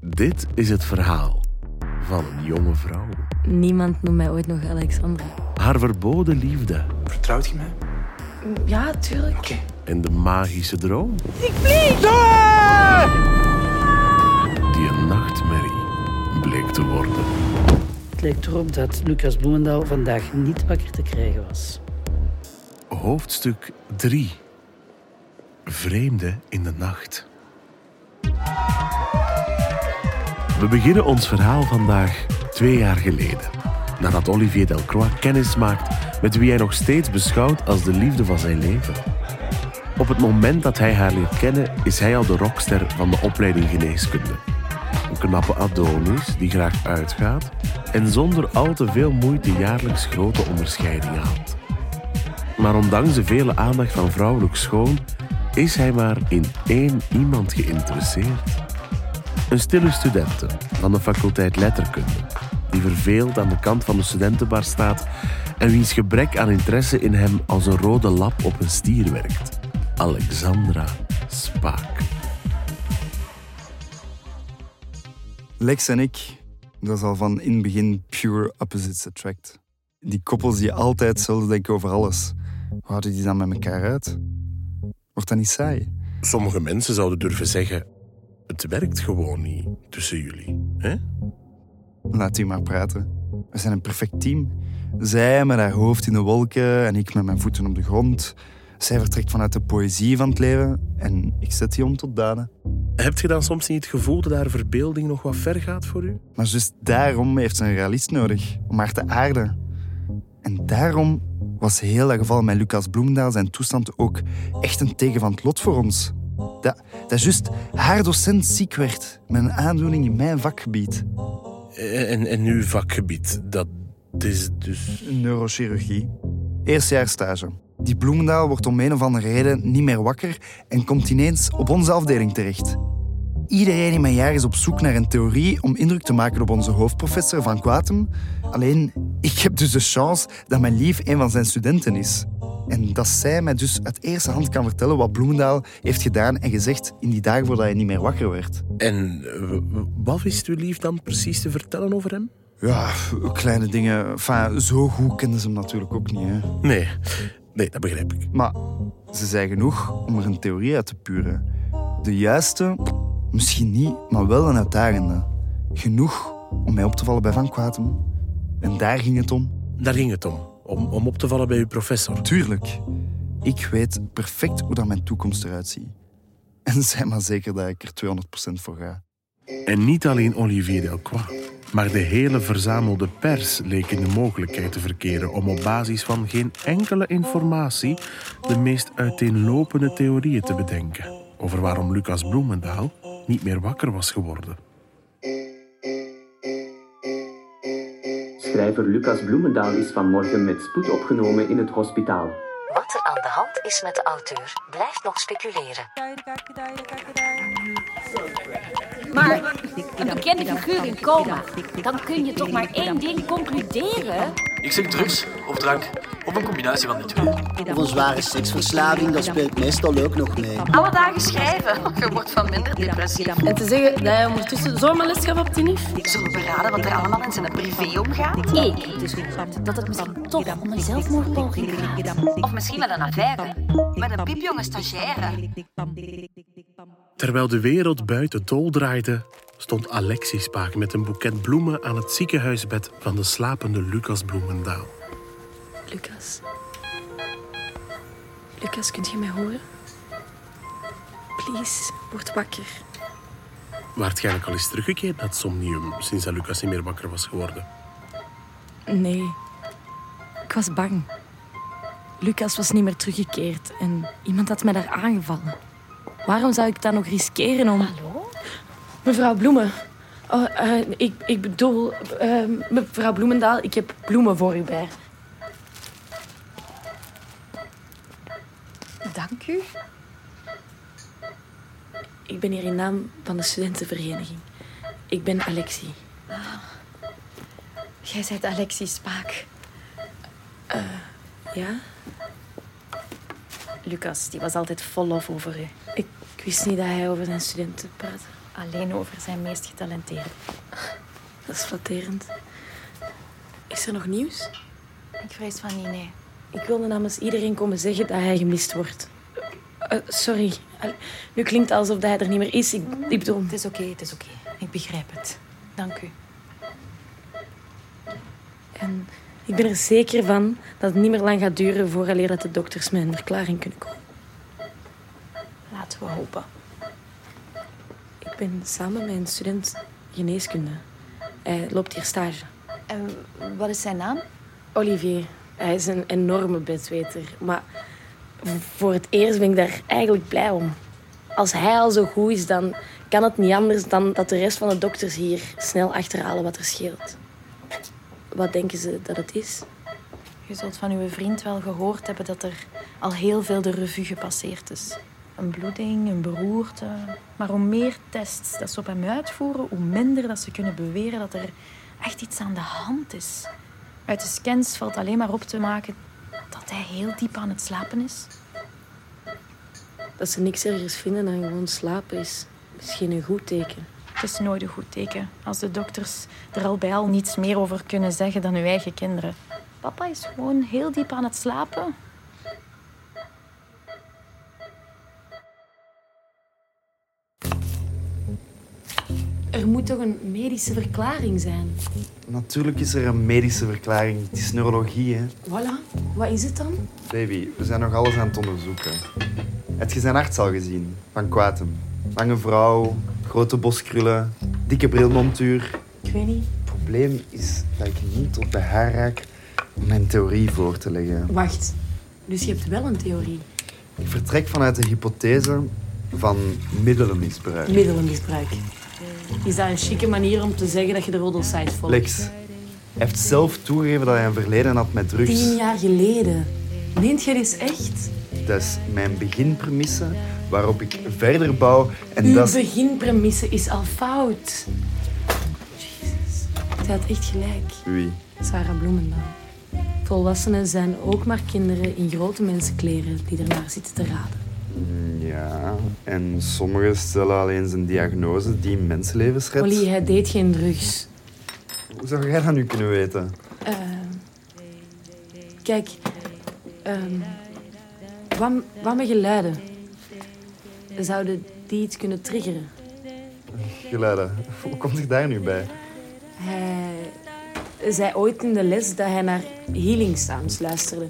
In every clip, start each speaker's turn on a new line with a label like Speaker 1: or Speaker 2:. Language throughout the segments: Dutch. Speaker 1: Dit is het verhaal van een jonge vrouw.
Speaker 2: Niemand noemt mij ooit nog Alexandra.
Speaker 1: Haar verboden liefde
Speaker 3: Vertrouwt je mij?
Speaker 2: Ja, tuurlijk.
Speaker 3: Oké.
Speaker 1: en de magische droom.
Speaker 2: Ik vlieg!
Speaker 1: Die een nachtmerrie bleek te worden.
Speaker 4: Het lijkt erop dat Lucas Bloemendaal vandaag niet wakker te krijgen was.
Speaker 1: Hoofdstuk 3. Vreemde in de nacht. We beginnen ons verhaal vandaag twee jaar geleden. Nadat Olivier Delcroix kennis maakt met wie hij nog steeds beschouwt als de liefde van zijn leven. Op het moment dat hij haar leert kennen, is hij al de rockster van de opleiding geneeskunde. Een knappe Adonis die graag uitgaat en zonder al te veel moeite jaarlijks grote onderscheidingen haalt. Maar ondanks de vele aandacht van vrouwelijk schoon is hij maar in één iemand geïnteresseerd. Een stille studente van de faculteit letterkunde, die verveeld aan de kant van de studentenbar staat en wiens gebrek aan interesse in hem als een rode lap op een stier werkt. Alexandra Spaak.
Speaker 5: Lex en ik, dat is al van in het begin pure opposites attract. Die koppels die altijd zullen denken over alles. Hoe houden die dan met elkaar uit? Wordt dat niet saai?
Speaker 1: Sommige mensen zouden durven zeggen: Het werkt gewoon niet tussen jullie. Hè?
Speaker 5: Laat u maar praten. We zijn een perfect team. Zij met haar hoofd in de wolken en ik met mijn voeten op de grond. Zij vertrekt vanuit de poëzie van het leven en ik zet die om tot daden.
Speaker 1: Heb je dan soms niet het gevoel dat haar verbeelding nog wat ver gaat voor u?
Speaker 5: Maar juist daarom heeft ze een realist nodig, om haar te aarden. En daarom was heel dat geval met Lucas Bloemendaal zijn toestand ook echt een tegen van het lot voor ons. Dat, dat juist haar docent ziek werd met een aandoening in mijn vakgebied,
Speaker 1: eh, En, en uw vakgebied, dat is dus.
Speaker 5: neurochirurgie. Eerstejaar stage. Die Bloemendaal wordt om een of andere reden niet meer wakker en komt ineens op onze afdeling terecht. Iedereen in mijn jaar is op zoek naar een theorie om indruk te maken op onze hoofdprofessor van Quatum. Alleen, ik heb dus de chance dat mijn lief een van zijn studenten is. En dat zij mij dus uit eerste hand kan vertellen wat Bloemendaal heeft gedaan en gezegd in die dagen voordat hij niet meer wakker werd.
Speaker 1: En eh, w- wat wist uw lief dan precies te vertellen over hem?
Speaker 5: Ja, kleine dingen. Enfin, zo goed kenden ze hem natuurlijk ook niet. Hè.
Speaker 1: Nee, nee, dat begrijp ik.
Speaker 5: Maar ze zijn genoeg om er een theorie uit te puren. De juiste, misschien niet, maar wel een uitdagende. Genoeg om mij op te vallen bij Van Kwatum. En daar ging het om.
Speaker 1: Daar ging het om. Om, om op te vallen bij uw professor.
Speaker 5: Tuurlijk, ik weet perfect hoe dat mijn toekomst eruit ziet. En zijn maar zeker dat ik er 200% voor ga.
Speaker 1: En niet alleen Olivier Delcroix, maar de hele verzamelde pers leek in de mogelijkheid te verkeren om op basis van geen enkele informatie de meest uiteenlopende theorieën te bedenken over waarom Lucas Bloemendaal niet meer wakker was geworden.
Speaker 6: Schrijver Lucas Bloemendaal is vanmorgen met spoed opgenomen in het hospitaal.
Speaker 7: Wat er aan de hand is met de auteur blijft nog speculeren.
Speaker 8: Maar een bekende figuur in coma, dan kun je toch maar één ding concluderen?
Speaker 3: Ik zeg drugs of drank of een combinatie van die twee.
Speaker 9: Of een zware seksverslaving, dat speelt meestal ook nog mee.
Speaker 10: Alle dagen schrijven. Je wordt van minder depressief.
Speaker 2: En te zeggen dat hij ondertussen zomaar les gaf op Tinif?
Speaker 10: Zullen we beraden wat er allemaal in zijn privé omgaat?
Speaker 8: Dus Ik, dat het misschien toch om een zelfmoordpoging gaat.
Speaker 10: Of misschien wel een affaire. Met een piepjonge stagiaire.
Speaker 1: Terwijl de wereld buiten tol draaide, stond Alexis Paak met een boeket bloemen aan het ziekenhuisbed van de slapende Lucas Bloemendaal.
Speaker 2: Lucas. Lucas, kunt je mij horen? Please, word wakker.
Speaker 1: Waarschijnlijk al is teruggekeerd naar het somnium sinds dat Lucas niet meer wakker was geworden.
Speaker 2: Nee. Ik was bang. Lucas was niet meer teruggekeerd en iemand had mij daar aangevallen. Waarom zou ik dat nog riskeren om... Hallo? Mevrouw Bloemen. Oh, eh, ik, ik bedoel, eh, mevrouw Bloemendaal, ik heb bloemen voor u bij.
Speaker 8: Dank u.
Speaker 2: Ik ben hier in naam van de studentenvereniging. Ik ben Alexie.
Speaker 8: Jij bent Alexis Spaak.
Speaker 2: Ja?
Speaker 8: Lucas, die was altijd vol lof over u.
Speaker 2: Ik, ik wist niet dat hij over zijn studenten praatte.
Speaker 11: alleen over zijn meest getalenteerde.
Speaker 2: Dat is flatterend. Is er nog nieuws?
Speaker 11: Ik vrees van niet, nee.
Speaker 2: Ik wilde namens iedereen komen zeggen dat hij gemist wordt. Eh, sorry. Al- Nu klinkt het alsof hij er niet meer is. Ik, ik bedoel...
Speaker 11: Het is oké, het is oké. Ik begrijp het. Dank u.
Speaker 2: En ik ben er zeker van dat het niet meer lang gaat duren vooraleer dat de dokters met een verklaring kunnen komen.
Speaker 11: Laten we hopen.
Speaker 2: Ik ben samen met een student geneeskunde. Hij loopt hier stage.
Speaker 11: En wat is zijn naam?
Speaker 2: Olivier, hij is een enorme bedweter. Maar voor het eerst ben ik daar eigenlijk blij om. Als hij al zo goed is, dan kan het niet anders dan dat de rest van de dokters hier snel achterhalen wat er scheelt. Wat denken ze dat het is?
Speaker 11: Je zult van uw vriend wel gehoord hebben dat er al heel veel de revue gepasseerd is. Een bloeding, een beroerte. Maar hoe meer tests dat ze op hem uitvoeren, hoe minder dat ze kunnen beweren dat er echt iets aan de hand is. Uit de scans valt alleen maar op te maken dat hij heel diep aan het slapen is.
Speaker 2: Dat ze niks ergers vinden dan gewoon slapen is misschien een goed teken.
Speaker 11: Het is nooit een goed teken als de dokters er al bij al niets meer over kunnen zeggen dan uw eigen kinderen. Papa is gewoon heel diep aan het slapen.
Speaker 2: Er moet toch een medische verklaring zijn?
Speaker 5: Natuurlijk is er een medische verklaring. Het is neurologie, hè.
Speaker 2: Voilà, wat is het dan?
Speaker 5: Baby, we zijn nog alles aan het onderzoeken. Heb je zijn arts al gezien? Van Kwatem. Lange vrouw, grote boskrullen, dikke brilmontuur.
Speaker 2: Ik weet niet.
Speaker 5: Het probleem is dat ik niet tot bij haar raak om mijn theorie voor te leggen.
Speaker 2: Wacht, dus je hebt wel een theorie?
Speaker 5: Ik vertrek vanuit de hypothese van middelenmisbruik.
Speaker 2: Middelenmisbruik. Is dat een chique manier om te zeggen dat je de roddelsites volgt?
Speaker 5: Lex, hij heeft zelf toegegeven dat hij een verleden had met drugs.
Speaker 2: Tien jaar geleden. Meent jij dit echt?
Speaker 5: Dat is mijn beginpremisse waarop ik verder bouw. En
Speaker 2: Uw
Speaker 5: dat is...
Speaker 2: beginpremisse is al fout. Jezus. Zij had echt gelijk.
Speaker 5: Wie?
Speaker 2: Sarah Bloemendaal. Volwassenen zijn ook maar kinderen in grote mensenkleren die ernaar zitten te raden.
Speaker 5: Ja, en sommigen stellen alleen zijn diagnose die mensenlevens redt.
Speaker 2: Ollie, hij deed geen drugs.
Speaker 5: Hoe zou jij dat nu kunnen weten?
Speaker 2: Eh, kijk, ehm, wat, wat met geluiden? Zouden die iets kunnen triggeren?
Speaker 5: Geluiden, hoe komt ik daar nu bij?
Speaker 2: Hij Eh, zei ooit in de les dat hij naar healing sounds luisterde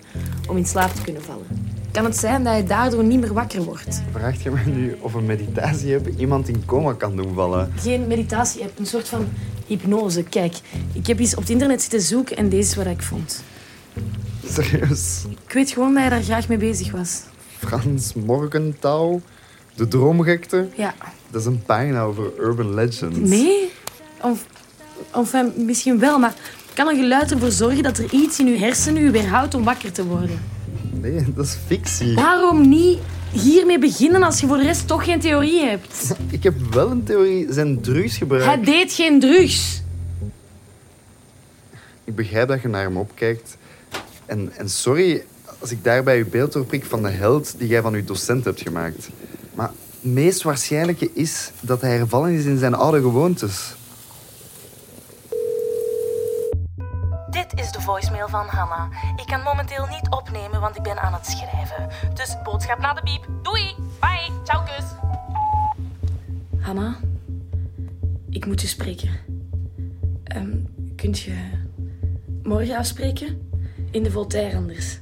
Speaker 2: om in slaap te kunnen vallen. Kan het zijn dat hij daardoor niet meer wakker wordt?
Speaker 5: Vraagt je mij nu of een meditatie hebben iemand in coma kan doen vallen?
Speaker 2: Geen meditatie, je hebt een soort van hypnose. Kijk, ik heb eens op het internet zitten zoeken en deze is wat ik vond.
Speaker 5: Serieus?
Speaker 2: Ik weet gewoon dat hij daar graag mee bezig was.
Speaker 5: Frans Morgenthau? De droomgekte?
Speaker 2: Ja.
Speaker 5: Dat is een pagina over urban legends.
Speaker 2: Nee? Of, enfin, misschien wel, maar kan een geluid ervoor zorgen dat er iets in uw hersenen u weerhoudt om wakker te worden?
Speaker 5: Nee, dat is fictie.
Speaker 2: Waarom niet hiermee beginnen als je voor de rest toch geen theorie hebt?
Speaker 5: Ik heb wel een theorie. Zijn drugsgebruik...
Speaker 2: Hij deed geen drugs.
Speaker 5: Ik begrijp dat je naar hem opkijkt. En, en sorry als ik daarbij uw beeld doorprik van de held die jij van uw docent hebt gemaakt. Maar het meest waarschijnlijke is dat hij hervallen is in zijn oude gewoontes.
Speaker 2: Dit is de voicemail van Hanna. Ik kan momenteel niet opnemen, want ik ben aan het schrijven. Dus boodschap na de piep. Doei. Bye. Ciao, kus. Hanna, ik moet je spreken. Ehm, kunt je morgen afspreken? In de Voltaire anders.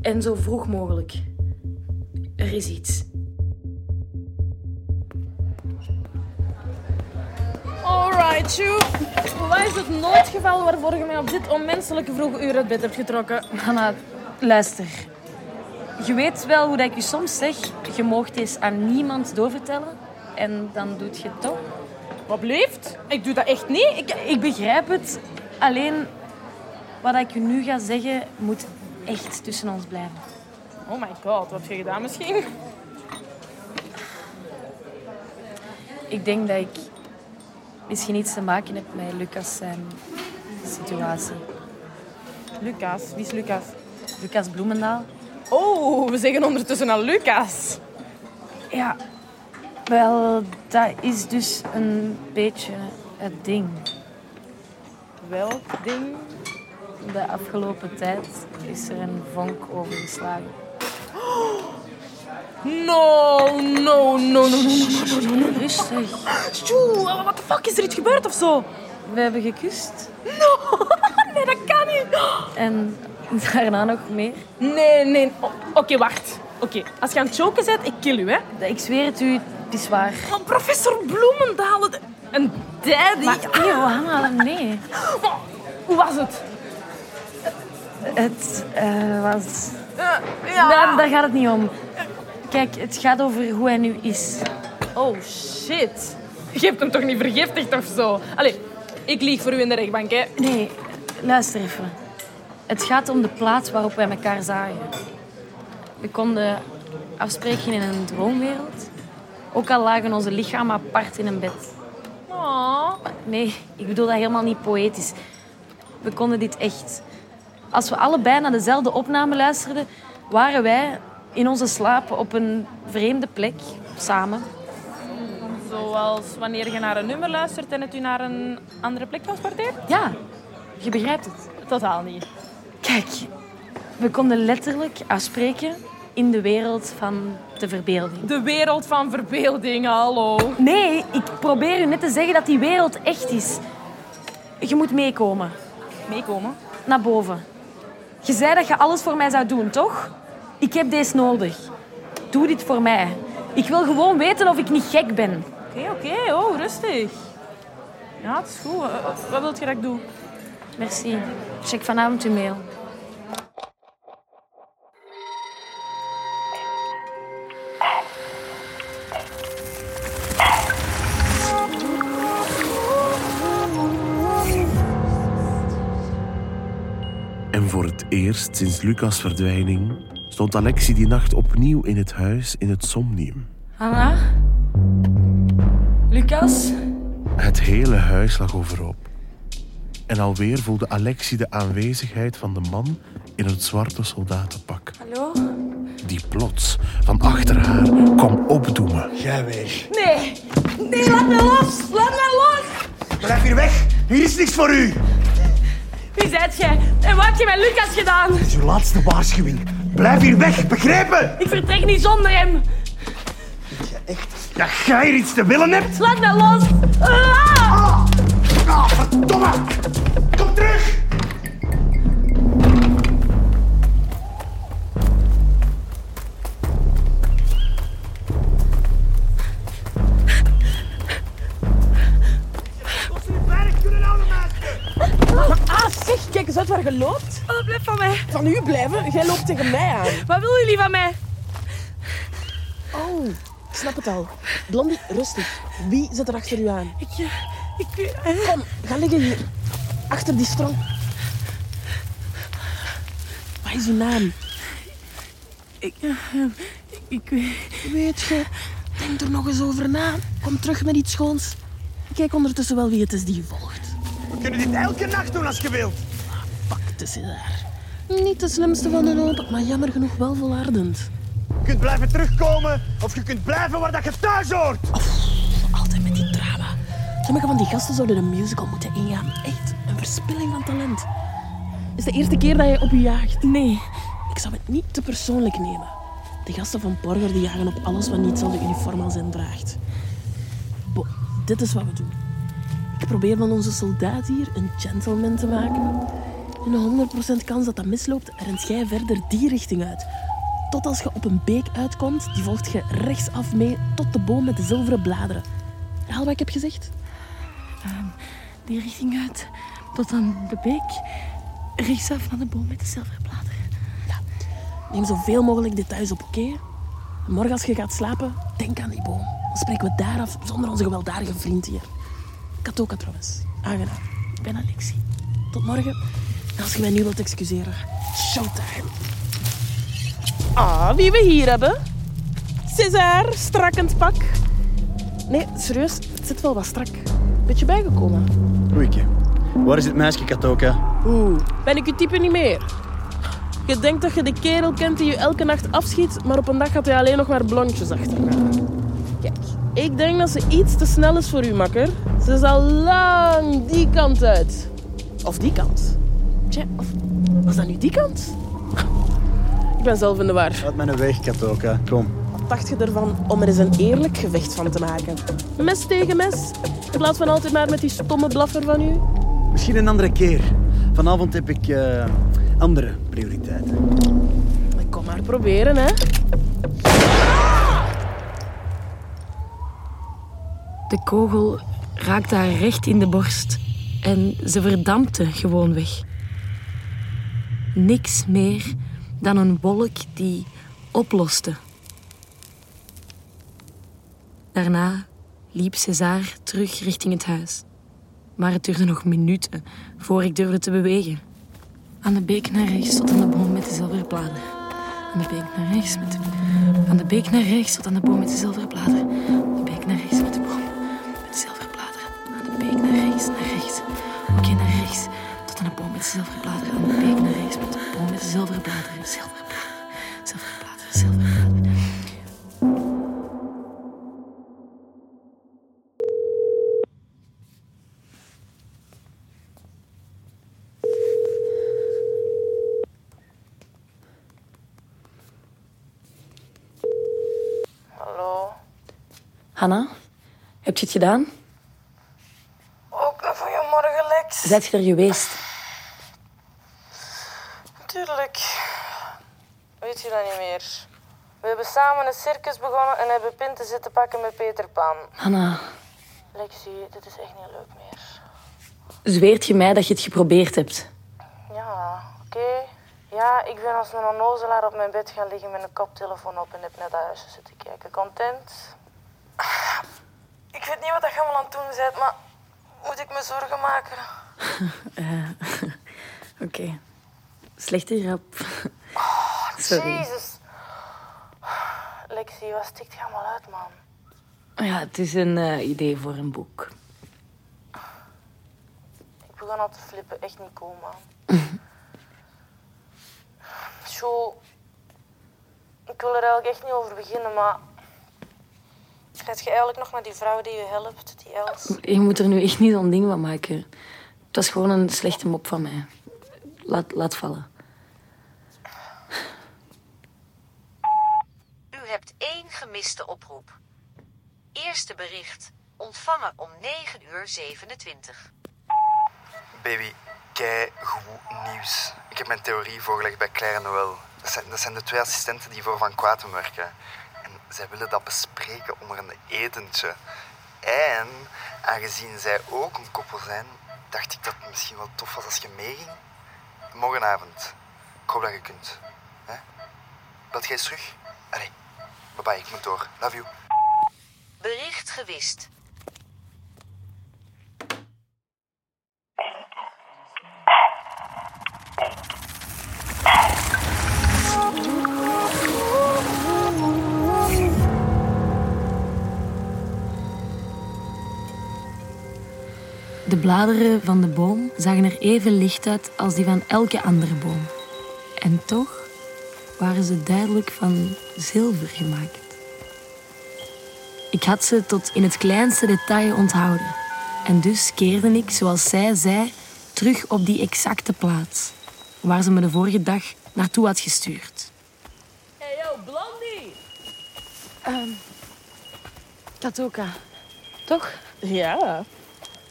Speaker 2: En zo vroeg mogelijk. Er is iets. Alright, Sue. Wat is het noodgeval waarvoor je mij op dit onmenselijke vroege uur uit bed hebt getrokken? Hanna, luister. Je weet wel hoe dat ik je soms zeg. Je mag deze aan niemand doorvertellen. En dan doet je het toch. Wat blijft? Ik doe dat echt niet. Ik, ik begrijp het. Alleen, wat ik je nu ga zeggen, moet echt tussen ons blijven.
Speaker 12: Oh my god, wat heb je gedaan misschien?
Speaker 2: Ik denk dat ik misschien iets te maken heb met Lucas zijn situatie.
Speaker 12: Lucas, wie is Lucas?
Speaker 2: Lucas Bloemendaal.
Speaker 12: Oh, we zeggen ondertussen al Lucas.
Speaker 2: Ja, Wel, dat is dus een beetje het ding.
Speaker 11: Welk ding?
Speaker 2: De afgelopen tijd is er een vonk overgeslagen.
Speaker 11: No, no, no, no, no, no, no, no, no.
Speaker 2: Rustig.
Speaker 11: Sjoe, wat de fuck? Is er iets gebeurd of zo?
Speaker 2: We hebben gekust.
Speaker 11: No, nee, dat kan niet.
Speaker 2: En daarna nog meer.
Speaker 11: Nee, nee. O- Oké, wacht. Oké, als je aan het choken bent, ik kill u, hè.
Speaker 2: Ik zweer het u, het is waar.
Speaker 11: Van professor Bloemendalen. de- Een daddy.
Speaker 2: Maar Johanna, nee.
Speaker 11: Maar Hoe was het?
Speaker 2: Het eh, was... Nou,
Speaker 11: ja.
Speaker 2: Daar, daar gaat het niet om. Kijk, het gaat over hoe hij nu is.
Speaker 11: Oh shit. Je hebt hem toch niet vergiftigd of zo? Allee, ik lieg voor u in de rechtbank, hè?
Speaker 2: Nee, luister even. Het gaat om de plaats waarop wij elkaar zagen. We konden afspreken in een droomwereld. Ook al lagen onze lichamen apart in een bed.
Speaker 11: Oh.
Speaker 2: Nee, ik bedoel dat helemaal niet poëtisch. We konden dit echt. Als we allebei naar dezelfde opname luisterden, waren wij in onze slaap op een vreemde plek samen.
Speaker 11: Zoals wanneer je naar een nummer luistert en het u naar een andere plek transporteert?
Speaker 2: Ja, je begrijpt het.
Speaker 11: Totaal niet.
Speaker 2: Kijk, we konden letterlijk afspreken in de wereld van de verbeelding.
Speaker 11: De wereld van verbeelding, hallo.
Speaker 2: Nee, ik probeer u net te zeggen dat die wereld echt is. Je moet meekomen.
Speaker 11: Meekomen?
Speaker 2: Naar boven. Je zei dat je alles voor mij zou doen, toch? Ik heb deze nodig. Doe dit voor mij. Ik wil gewoon weten of ik niet gek ben.
Speaker 11: Oké, oké. Oh, rustig. Ja, het is goed. Eh, eh, Wat wilt je dat ik doe?
Speaker 2: Merci. Check vanavond uw mail.
Speaker 1: En voor het eerst sinds Lucas' verdwijning stond Alexi die nacht opnieuw in het huis in het somnium.
Speaker 13: Hanna? Lucas?
Speaker 1: Het hele huis lag overhoop. En alweer voelde Alexi de aanwezigheid van de man in het zwarte soldatenpak.
Speaker 13: Hallo?
Speaker 1: Die plots van achter haar kwam opdoemen.
Speaker 14: Jij weg.
Speaker 13: Nee! Nee, laat me los! Laat me los!
Speaker 14: Blijf hier weg. Hier is niks voor u.
Speaker 11: Wie zijt jij? En wat heb je met Lucas gedaan?
Speaker 14: Dit is uw laatste waarschuwing. Blijf hier weg, begrepen?
Speaker 11: Ik vertrek niet zonder hem.
Speaker 14: Dat jij hier iets te willen hebt.
Speaker 11: Laat me los! Ah!
Speaker 14: Ah, verdomme. Kom terug.
Speaker 11: Ah, zeg, kijk eens uit waar je loopt. Oh, blijf van mij. Van u blijven? Jij loopt tegen mij aan. Wat willen jullie van mij?
Speaker 12: Oh, ik snap het al. Blondie, rustig. Wie zit er achter u aan?
Speaker 11: Ik, eh, ik... eh,
Speaker 12: Kom, ga liggen hier. Achter die strong. Wat is uw naam?
Speaker 11: Ik... eh, ik eh, weet...
Speaker 12: Weet je, denk er nog eens over na. Kom terug met iets schoons. Kijk ondertussen wel wie het is die je volgt.
Speaker 14: We kunnen dit elke nacht doen als je wilt.
Speaker 12: Het is daar. Niet de slimste van de hoop, maar jammer genoeg wel volhardend.
Speaker 14: Je kunt blijven terugkomen of je kunt blijven waar dat je thuis hoort.
Speaker 12: Altijd met die drama. Sommige van die gasten zouden een musical moeten ingaan. Echt, een verspilling van talent. Is de eerste keer dat je op je jaagt? Nee. Ik zou het niet te persoonlijk nemen. De gasten van Borger die jagen op alles wat niet de uniform aan zijn draagt. Bo, dit is wat we doen. Ik probeer van onze soldaat hier een gentleman te maken. En een 100% kans dat dat misloopt, rent jij verder die richting uit. Tot als je op een beek uitkomt, die volgt je rechtsaf mee tot de boom met de zilveren bladeren. Haal wat ik heb gezegd.
Speaker 13: Ehm, Die richting uit, tot aan de beek. Rechtsaf naar de boom met de zilveren bladeren.
Speaker 12: Neem zoveel mogelijk details op, oké? En Morgen als je gaat slapen, denk aan die boom. Dan spreken we daar af zonder onze gewelddadige vriend hier. Katoka trouwens. Aangenaam. Ik ben Alexie. Tot morgen. En als je mij nu wilt excuseren, showtime.
Speaker 11: Ah, wie we hier hebben.
Speaker 12: César, strakkend pak. Nee, serieus, het zit wel wat strak. Beetje bijgekomen.
Speaker 15: Oeike. Waar is dit meisje, Katoka?
Speaker 12: Oeh, ben ik je type niet meer? Je denkt dat je de kerel kent die je elke nacht afschiet, maar op een dag gaat hij alleen nog maar blondjes achterna. Kijk, Ik denk dat ze iets te snel is voor u, makker. Ze is al lang die kant uit. Of die kant. Tja, of was dat nu die kant? Ik ben zelf in de war.
Speaker 16: Uit mijn weg, Katoka. Kom.
Speaker 12: Wat dacht je ervan om er eens een eerlijk gevecht van te maken? Mes tegen mes, in plaats van altijd maar met die stomme blaffer van u.
Speaker 16: Misschien een andere keer. Vanavond heb ik eh, andere prioriteiten.
Speaker 12: Kom maar proberen, hè.
Speaker 2: De kogel raakte haar recht in de borst en ze verdampte gewoon weg. Niks meer dan een wolk die oploste. Daarna liep César terug richting het huis. Maar het duurde nog minuten voor ik durfde te bewegen. Aan de beek naar rechts tot aan de boom met de zilveren bladeren. Aan de beek naar rechts met de... Aan de beek naar rechts tot aan de boom met de zilveren bladeren. Aan de beek naar rechts met de boom met de zilveren bladeren. Aan de beek naar rechts, naar rechts. Oké, naar rechts. Tot aan de boom met de zilveren bladeren. Aan de beek naar rechts met de boom met de zilveren bladeren. Zilveren bladeren, zilveren bladeren, zilveren bladeren.
Speaker 17: Hallo?
Speaker 2: Hanna, heb je het gedaan?
Speaker 17: Ook een goeiemorgen, Lex.
Speaker 2: Zet je er geweest?
Speaker 17: Tuurlijk. Weet je dat niet meer? We hebben samen een circus begonnen en hebben pinten zitten pakken met Peter Pan.
Speaker 2: Hanna,
Speaker 17: Lexie, dit is echt niet leuk meer.
Speaker 2: zweert je mij dat je het geprobeerd hebt?
Speaker 17: Ja, oké. Ja, ik ben als een onnozelaar op mijn bed gaan liggen met een koptelefoon op en heb net naar huis zitten kijken. Content? Ik weet niet wat dat je allemaal aan het doen bent, maar moet ik me zorgen maken?
Speaker 2: Eh, Oké. Slechte grap. Sorry.
Speaker 17: Jezus. Lexie, wat stikt je allemaal uit, man?
Speaker 2: Ja, het is een eh, idee voor een boek.
Speaker 17: Ik begon al te flippen, echt niet cool, man. Zo, ik wil er eigenlijk echt niet over beginnen, maar... Gaat je eigenlijk nog naar die vrouw die je helpt, die Els?
Speaker 2: Je moet er nu echt niet zo'n ding van maken. Het was gewoon een slechte mop van mij. Laat, laat vallen.
Speaker 10: U hebt één gemiste oproep. Eerste bericht. Ontvangen om 9 uur 27.
Speaker 5: Baby, kei goed nieuws. Ik heb mijn theorie voorgelegd bij Claire en Noël. Dat zijn, dat zijn de twee assistenten die voor Van Kwaten werken. En zij willen dat bespreken onder een etentje. En aangezien zij ook een koppel zijn, dacht ik dat het misschien wel tof was als je meeging. Morgenavond. Ik hoop dat je kunt. Hè? Belt jij eens terug? Allee, bye bye, ik moet door. Love you.
Speaker 10: Bericht gewist.
Speaker 2: De bladeren van de boom zagen er even licht uit als die van elke andere boom. En toch waren ze duidelijk van zilver gemaakt. Ik had ze tot in het kleinste detail onthouden. En dus keerde ik, zoals zij zei, terug op die exacte plaats waar ze me de vorige dag naartoe had gestuurd.
Speaker 12: Hey yo, Blondie!
Speaker 2: Ehm, Katoka, toch?
Speaker 12: Ja.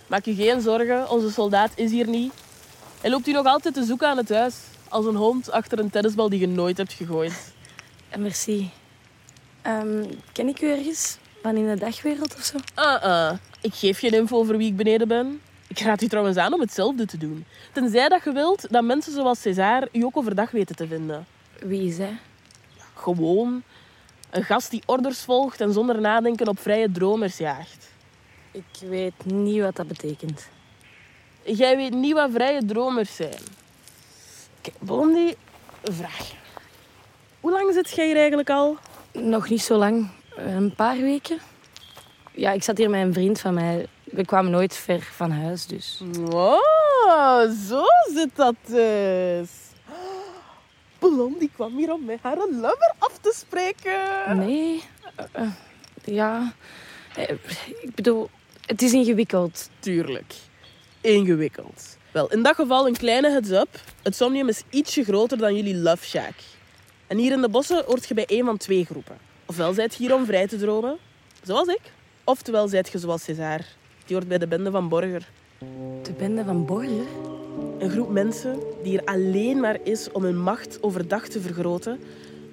Speaker 12: Maak u geen zorgen, onze soldaat is hier niet. Hij loopt u nog altijd te zoeken aan het huis. Als een hond achter een tennisbal die je nooit hebt gegooid.
Speaker 2: Merci. Ehm, ken ik u ergens? Van in de dagwereld of zo?
Speaker 12: Uh-uh. Ik geef geen info over wie ik beneden ben. Ik raad u trouwens aan om hetzelfde te doen. Tenzij dat je wilt dat mensen zoals César u ook overdag weten te vinden.
Speaker 2: Wie is hij?
Speaker 12: Gewoon. Een gast die orders volgt en zonder nadenken op vrije dromers jaagt.
Speaker 2: Ik weet niet wat dat betekent.
Speaker 12: Jij weet niet wat vrije dromers zijn. Kijk, Blondie, een vraag. Hoe lang zit jij hier eigenlijk al?
Speaker 2: Nog niet zo lang. eh, Een paar weken. Ja, ik zat hier met een vriend van mij. We kwamen nooit ver van huis, dus...
Speaker 12: Wow, zo zit dat dus. Blondie kwam hier Eh? om met haar lover af te spreken.
Speaker 2: Nee. eh, ja, Eh, Ik bedoel, het is ingewikkeld.
Speaker 12: Tuurlijk. Ingewikkeld. Wel, in dat geval een kleine heads-up. Het somnium is ietsje groter dan jullie Love Shack. En hier in de bossen hoort je bij één van twee groepen. Ofwel zijt je hier om vrij te dromen, zoals ik. Oftewel zijt je zoals César. Die hoort bij de bende van Borger.
Speaker 2: De bende van Borger?
Speaker 12: Een groep mensen die er alleen maar is om hun macht overdag te vergroten...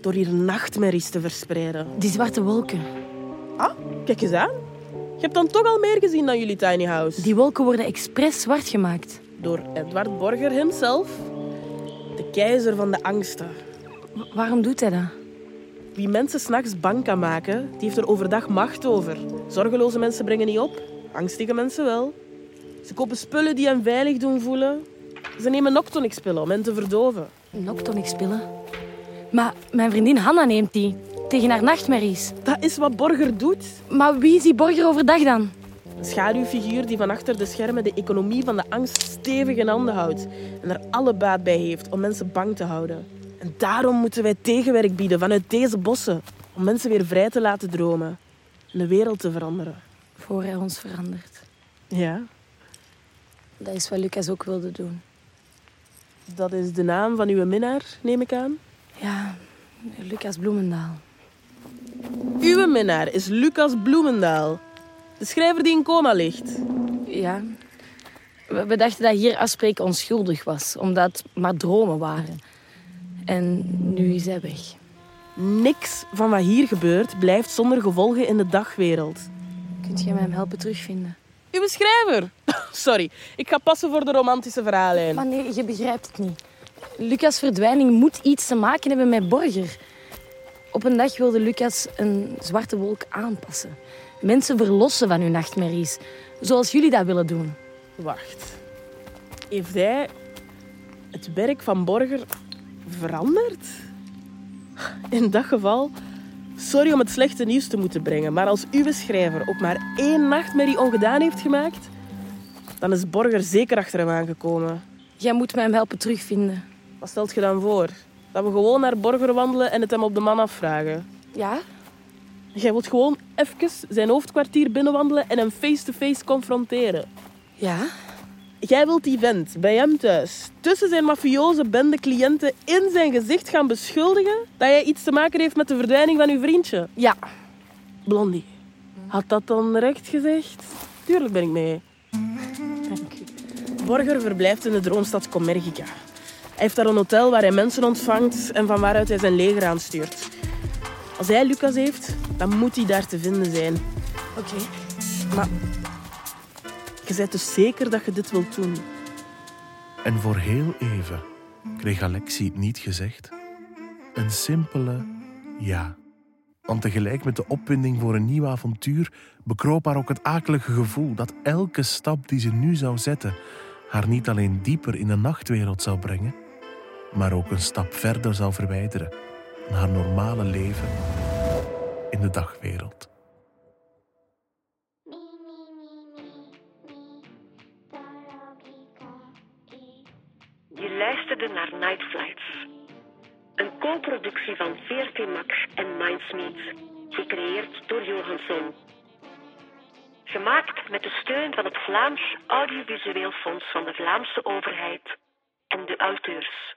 Speaker 12: door hier nachtmerries te verspreiden.
Speaker 2: Die zwarte wolken.
Speaker 12: Ah, kijk eens aan. Je hebt dan toch al meer gezien dan jullie tiny house.
Speaker 2: Die wolken worden expres zwart gemaakt.
Speaker 12: Door Edward Borger himself. De keizer van de angsten.
Speaker 2: waarom doet hij dat?
Speaker 12: Wie mensen s'nachts bang kan maken, die heeft er overdag macht over. Zorgeloze mensen brengen niet op, angstige mensen wel. Ze kopen spullen die hen veilig doen voelen. Ze nemen noctonic-pillen om hen te verdoven.
Speaker 2: Noctonic-pillen? Maar mijn vriendin Hanna neemt die. Tegen haar nachtmerries.
Speaker 12: Dat is wat Borger doet.
Speaker 2: Maar wie is die Borger overdag dan?
Speaker 12: Een schaduwfiguur die van achter de schermen de economie van de angst stevig in handen houdt en er alle baat bij heeft om mensen bang te houden. En daarom moeten wij tegenwerk bieden vanuit deze bossen om mensen weer vrij te laten dromen en de wereld te veranderen.
Speaker 2: Voor hij ons verandert.
Speaker 12: Ja,
Speaker 2: Dat is wat Lucas ook wilde doen.
Speaker 12: dat is de naam van uw minnaar, neem ik aan.
Speaker 2: Ja, Lucas Bloemendaal.
Speaker 12: Uw minnaar is Lucas Bloemendaal, de schrijver die in coma ligt.
Speaker 2: Ja. We we dachten dat hier afspreken onschuldig was, omdat het maar dromen waren. En nu is hij weg.
Speaker 12: Niks van wat hier gebeurt blijft zonder gevolgen in de dagwereld.
Speaker 2: Kunt jij mij hem helpen terugvinden?
Speaker 12: Uw schrijver. Sorry, ik ga passen voor de romantische verhaallijn.
Speaker 2: Maar Ah, nee, je begrijpt het niet. Lucas' verdwijning moet iets te maken hebben met Borger. Op een dag wilde Lucas een zwarte wolk aanpassen. Mensen verlossen van hun nachtmerries, zoals jullie dat willen doen.
Speaker 12: Wacht. Heeft hij het werk van Borger veranderd? In dat geval, sorry om het slechte nieuws te moeten brengen, maar als uw schrijver ook maar één nachtmerrie ongedaan heeft gemaakt, dan is Borger zeker achter hem aangekomen.
Speaker 2: Jij moet mij hem helpen terugvinden.
Speaker 12: Wat stelt je dan voor? Dat we gewoon naar Borger wandelen en het hem op de man afvragen?
Speaker 2: Ja?
Speaker 12: Jij wilt gewoon even zijn hoofdkwartier binnenwandelen en hem face-to-face confronteren.
Speaker 2: Ja?
Speaker 12: Jij wilt die vent bij hem thuis tussen zijn mafioze bende cliënten in zijn gezicht gaan beschuldigen dat jij iets te maken heeft met de verdwijning van uw vriendje.
Speaker 2: Ja.
Speaker 12: Blondie, had dat dan recht gezegd? Tuurlijk ben ik mee.
Speaker 2: Dank u.
Speaker 12: Borger verblijft in de droomstad Commergica. Hij heeft daar een hotel waar hij mensen ontvangt en van waaruit hij zijn leger aanstuurt. Als hij Lucas heeft, dan moet hij daar te vinden zijn.
Speaker 2: Oké.
Speaker 12: Maar je bent dus zeker dat je dit wilt doen?
Speaker 1: En voor heel even kreeg Alexi het niet gezegd. Een simpele ja. Want tegelijk met de opwinding voor een nieuw avontuur bekroop haar ook het akelige gevoel dat elke stap die ze nu zou zetten haar niet alleen dieper in de nachtwereld zou brengen, maar ook een stap verder zou verwijderen naar haar normale leven in de dagwereld.
Speaker 18: Je luisterde naar Night Flights. Een co-productie van VRT Max en Mindsmeet, gecreëerd door Johansson. Gemaakt met de steun van het Vlaams Audiovisueel Fonds van de Vlaamse overheid en de auteurs.